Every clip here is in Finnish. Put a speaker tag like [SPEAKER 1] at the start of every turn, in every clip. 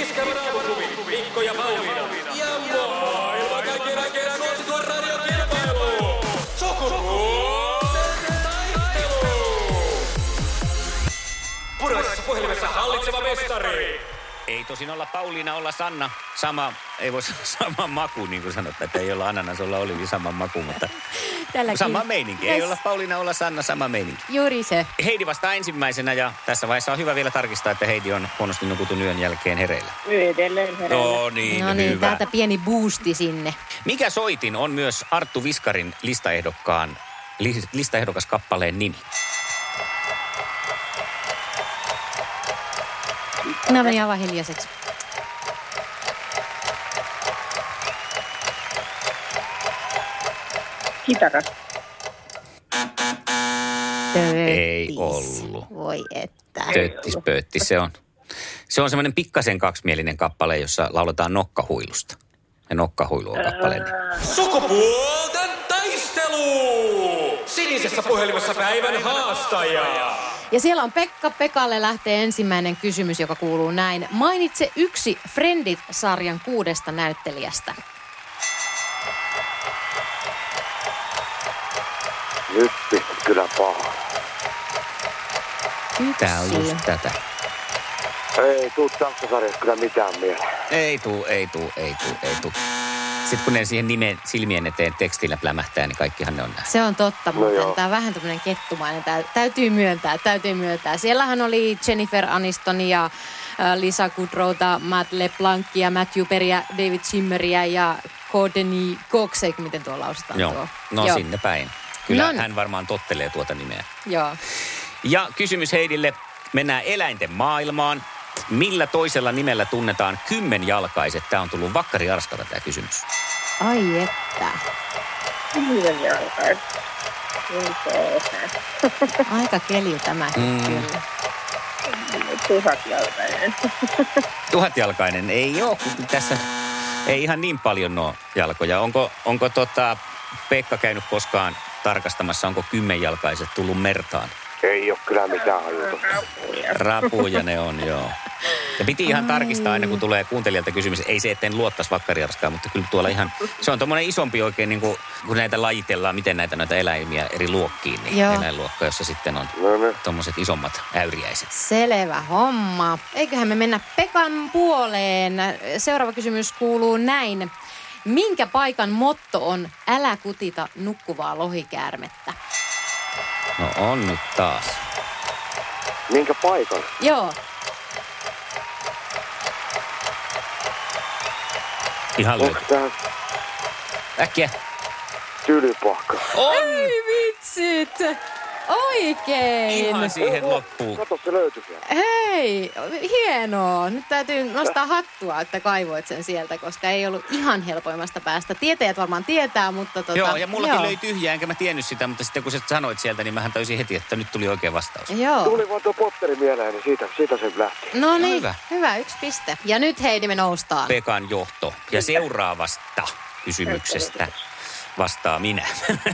[SPEAKER 1] Iskävän aamuklubi, Mikko ja Pauliina. Ja maailman kaikkien aikeen suosituen radiokilpailu. Sukupuolten taistelu. Punaisessa puhelimessa hallitseva mestari.
[SPEAKER 2] Ei tosin olla Pauliina, olla Sanna. Sama, ei voi sanoa sama maku, niin kuin sanotaan, että ei olla ananas, olla olivi sama maku, mutta
[SPEAKER 3] Tälläkin.
[SPEAKER 2] sama meininki. Ei
[SPEAKER 3] Yes.
[SPEAKER 2] olla Pauliina, olla Sanna, sama meininki.
[SPEAKER 3] Juuri se.
[SPEAKER 2] Heidi vastaa ensimmäisenä ja tässä vaiheessa on hyvä vielä tarkistaa, että Heidi on huonosti nukutun yön jälkeen hereillä.
[SPEAKER 4] Edelleen herännyt.
[SPEAKER 2] No niin,
[SPEAKER 3] no niin,
[SPEAKER 2] hyvä.
[SPEAKER 3] täältä pieni boosti sinne.
[SPEAKER 2] Mikä soitin on myös Arttu Viskarin listaehdokkaan, li, listaehdokas kappaleen nimi?
[SPEAKER 3] Mä menin aivan hiljaiseksi.
[SPEAKER 4] Kitara.
[SPEAKER 2] Ei
[SPEAKER 3] Töttis.
[SPEAKER 2] ollut.
[SPEAKER 3] Voi että.
[SPEAKER 2] Töttis pöötti, se on. Se on semmoinen pikkasen kaksimielinen kappale, jossa lauletaan nokkahuilusta. Ja nokkahuilu on kappaleen. nimi.
[SPEAKER 1] Sukupuolten taistelu. Sinisessä puhelimessa päivän haastaja.
[SPEAKER 3] Ja siellä on Pekka Pekalle lähtee ensimmäinen kysymys, joka kuuluu näin. Mainitse yksi Friendit-sarjan kuudesta näyttelijästä.
[SPEAKER 5] Nyt pistit kyllä paha.
[SPEAKER 2] Tää on just tätä.
[SPEAKER 5] Ei tuu tanssasarjasta kyllä mitään mieleen.
[SPEAKER 2] Ei tuu, ei tuu, ei tuu, ei tuu. Sitten kun ne siihen nimen, silmien eteen tekstillä plämähtää, niin kaikkihan ne on nähnyt.
[SPEAKER 3] Se on totta,
[SPEAKER 5] No
[SPEAKER 3] mutta
[SPEAKER 5] joo.
[SPEAKER 3] tämä on vähän tämmöinen kettumainen. Tää, täytyy myöntää, täytyy myöntää. Siellähän oli Jennifer Aniston ja ä, Lisa Goodrowta, Matt LeBlancia, Matthew Perryä, David Zimmeria ja Courtney Coxe, miten tuo lausutaan
[SPEAKER 2] Joo,
[SPEAKER 3] tuo.
[SPEAKER 2] no
[SPEAKER 3] joo.
[SPEAKER 2] sinne päin. Kyllä
[SPEAKER 3] No niin.
[SPEAKER 2] hän varmaan tottelee tuota nimeä.
[SPEAKER 3] Joo.
[SPEAKER 2] Ja kysymys Heidille. Mennään eläinten maailmaan. Millä toisella nimellä tunnetaan kymmenjalkaiset? Tämä on tullut vakkari arskalta tämä kysymys.
[SPEAKER 3] Ai että.
[SPEAKER 4] Kymmenen jalkaan. Niin se on.
[SPEAKER 3] Aika keli tämä mm. kyllä.
[SPEAKER 4] Tuhatjalkainen.
[SPEAKER 2] Tuhatjalkainen ei ole, kun tässä ei ihan niin paljon nuo jalkoja. Onko, onko tota Pekka käynyt koskaan tarkastamassa, onko kymmenjalkaiset tullut mertaan?
[SPEAKER 5] Ei oo kyllä mitään hajutusta.
[SPEAKER 4] Rapuja.
[SPEAKER 2] Rapuja ne on, joo. Ja piti ihan tarkistaa aina, kun tulee kuuntelijalta kysymys. Ei se, etten luottaisi vakkariarskaa, mutta kyllä tuolla ihan... Se on tuommoinen isompi oikein, niin kuin, kun näitä lajitellaan, miten näitä noita eläimiä eri luokkiin. Niin
[SPEAKER 3] Joo.
[SPEAKER 2] eläinluokka, jossa sitten on
[SPEAKER 5] No ne.
[SPEAKER 2] tuommoiset isommat äyriäiset.
[SPEAKER 3] Selvä homma. Eiköhän me mennä Pekan puoleen. Seuraava kysymys kuuluu näin. Minkä paikan motto on älä kutita nukkuvaa lohikäärmettä?
[SPEAKER 2] No on nyt taas.
[SPEAKER 5] Minkä paikan?
[SPEAKER 3] Joo,
[SPEAKER 2] Ihan
[SPEAKER 5] Onko
[SPEAKER 2] lyhyt.
[SPEAKER 5] tää
[SPEAKER 2] Oh, Äkkiä.
[SPEAKER 5] tylypahka?
[SPEAKER 2] On!
[SPEAKER 3] Ei vitsit! Oikein!
[SPEAKER 2] Ihan siihen loppuun.
[SPEAKER 5] Kato se löytyi sieltä.
[SPEAKER 3] Hei, hienoa. Nyt täytyy nostaa hattua, että kaivoit sen sieltä, koska ei ollut ihan helpoimmasta päästä. Tietäjät varmaan tietää, mutta tota,
[SPEAKER 2] Joo, ja mullakin löi tyhjää, enkä mä tiennyt sitä, mutta sitten kun sä sanoit sieltä, niin mähän täysin heti, että nyt tuli oikea vastaus.
[SPEAKER 3] Joo.
[SPEAKER 5] Tuli vaan tuo Potteri mieleen, niin siitä, siitä se lähti.
[SPEAKER 3] No niin,
[SPEAKER 2] Hyvä.
[SPEAKER 3] hyvä. hyvä, yksi piste. Ja nyt Heidi me noustaan.
[SPEAKER 2] Pekan johto. Ja seuraavasta kysymyksestä vastaa minä.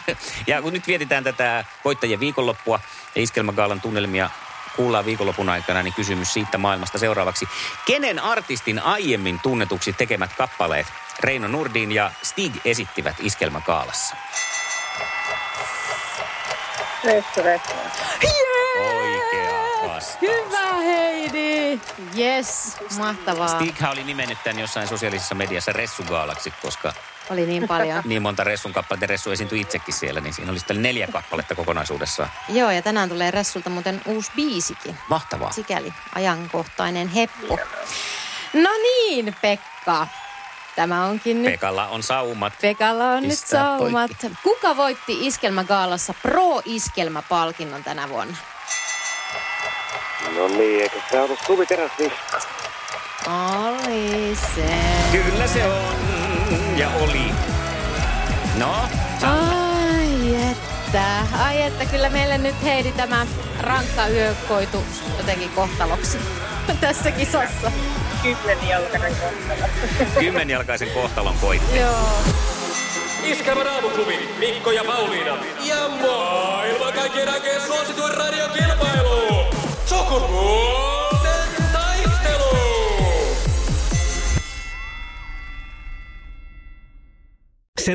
[SPEAKER 2] ja kun nyt vietetään tätä voittajien viikonloppua ja Iskelmägaalan tunnelmia kuullaan viikonlopun aikana, niin kysymys siitä maailmasta seuraavaksi. Kenen artistin aiemmin tunnetuksi tekemät kappaleet Reino Nurdin ja Stig esittivät Iskelmägaalassa?
[SPEAKER 4] Resto, resto.
[SPEAKER 2] Oikea vastaus.
[SPEAKER 3] Hyvä Heidi! Yes, mahtavaa.
[SPEAKER 2] Stighän oli nimennyt tämän jossain sosiaalisessa mediassa Ressugaalaksi, koska
[SPEAKER 3] Oli niin paljon.
[SPEAKER 2] niin monta Ressun kappaletta, Ressu esiintyi itsekin siellä, niin siinä oli sitten neljä kappaletta kokonaisuudessaan.
[SPEAKER 3] Joo, ja tänään tulee Ressulta muuten uusi biisikin.
[SPEAKER 2] Mahtavaa.
[SPEAKER 3] Sikäli ajankohtainen heppu. No niin, Pekka. Tämä onkin nyt...
[SPEAKER 2] Pekalla on saumat.
[SPEAKER 3] Pekalla on nyt
[SPEAKER 2] Pistää
[SPEAKER 3] saumat. Kuka voitti Iskelmägaalassa Pro-iskelmäpalkinnon tänä vuonna?
[SPEAKER 5] No niin, eikö tää ollut Suvi Teräsniska?
[SPEAKER 3] Oli se.
[SPEAKER 2] Kyllä se on ja oli. No,
[SPEAKER 3] Ai että, ai että, kyllä meille nyt Heidi tämä rankka yö koitu jotenkin kohtaloksi tässä kisassa.
[SPEAKER 4] Kymmenjalkainen kohtalo.
[SPEAKER 2] kymmenjalkaisen kohtalon koitti.
[SPEAKER 3] Joo.
[SPEAKER 1] Iskävä raamuklubi Mikko ja Pauliina. Ja maailman kaikkien aikeen suosituen radiokilpailu. Sukupuolten taistelu.
[SPEAKER 6] Se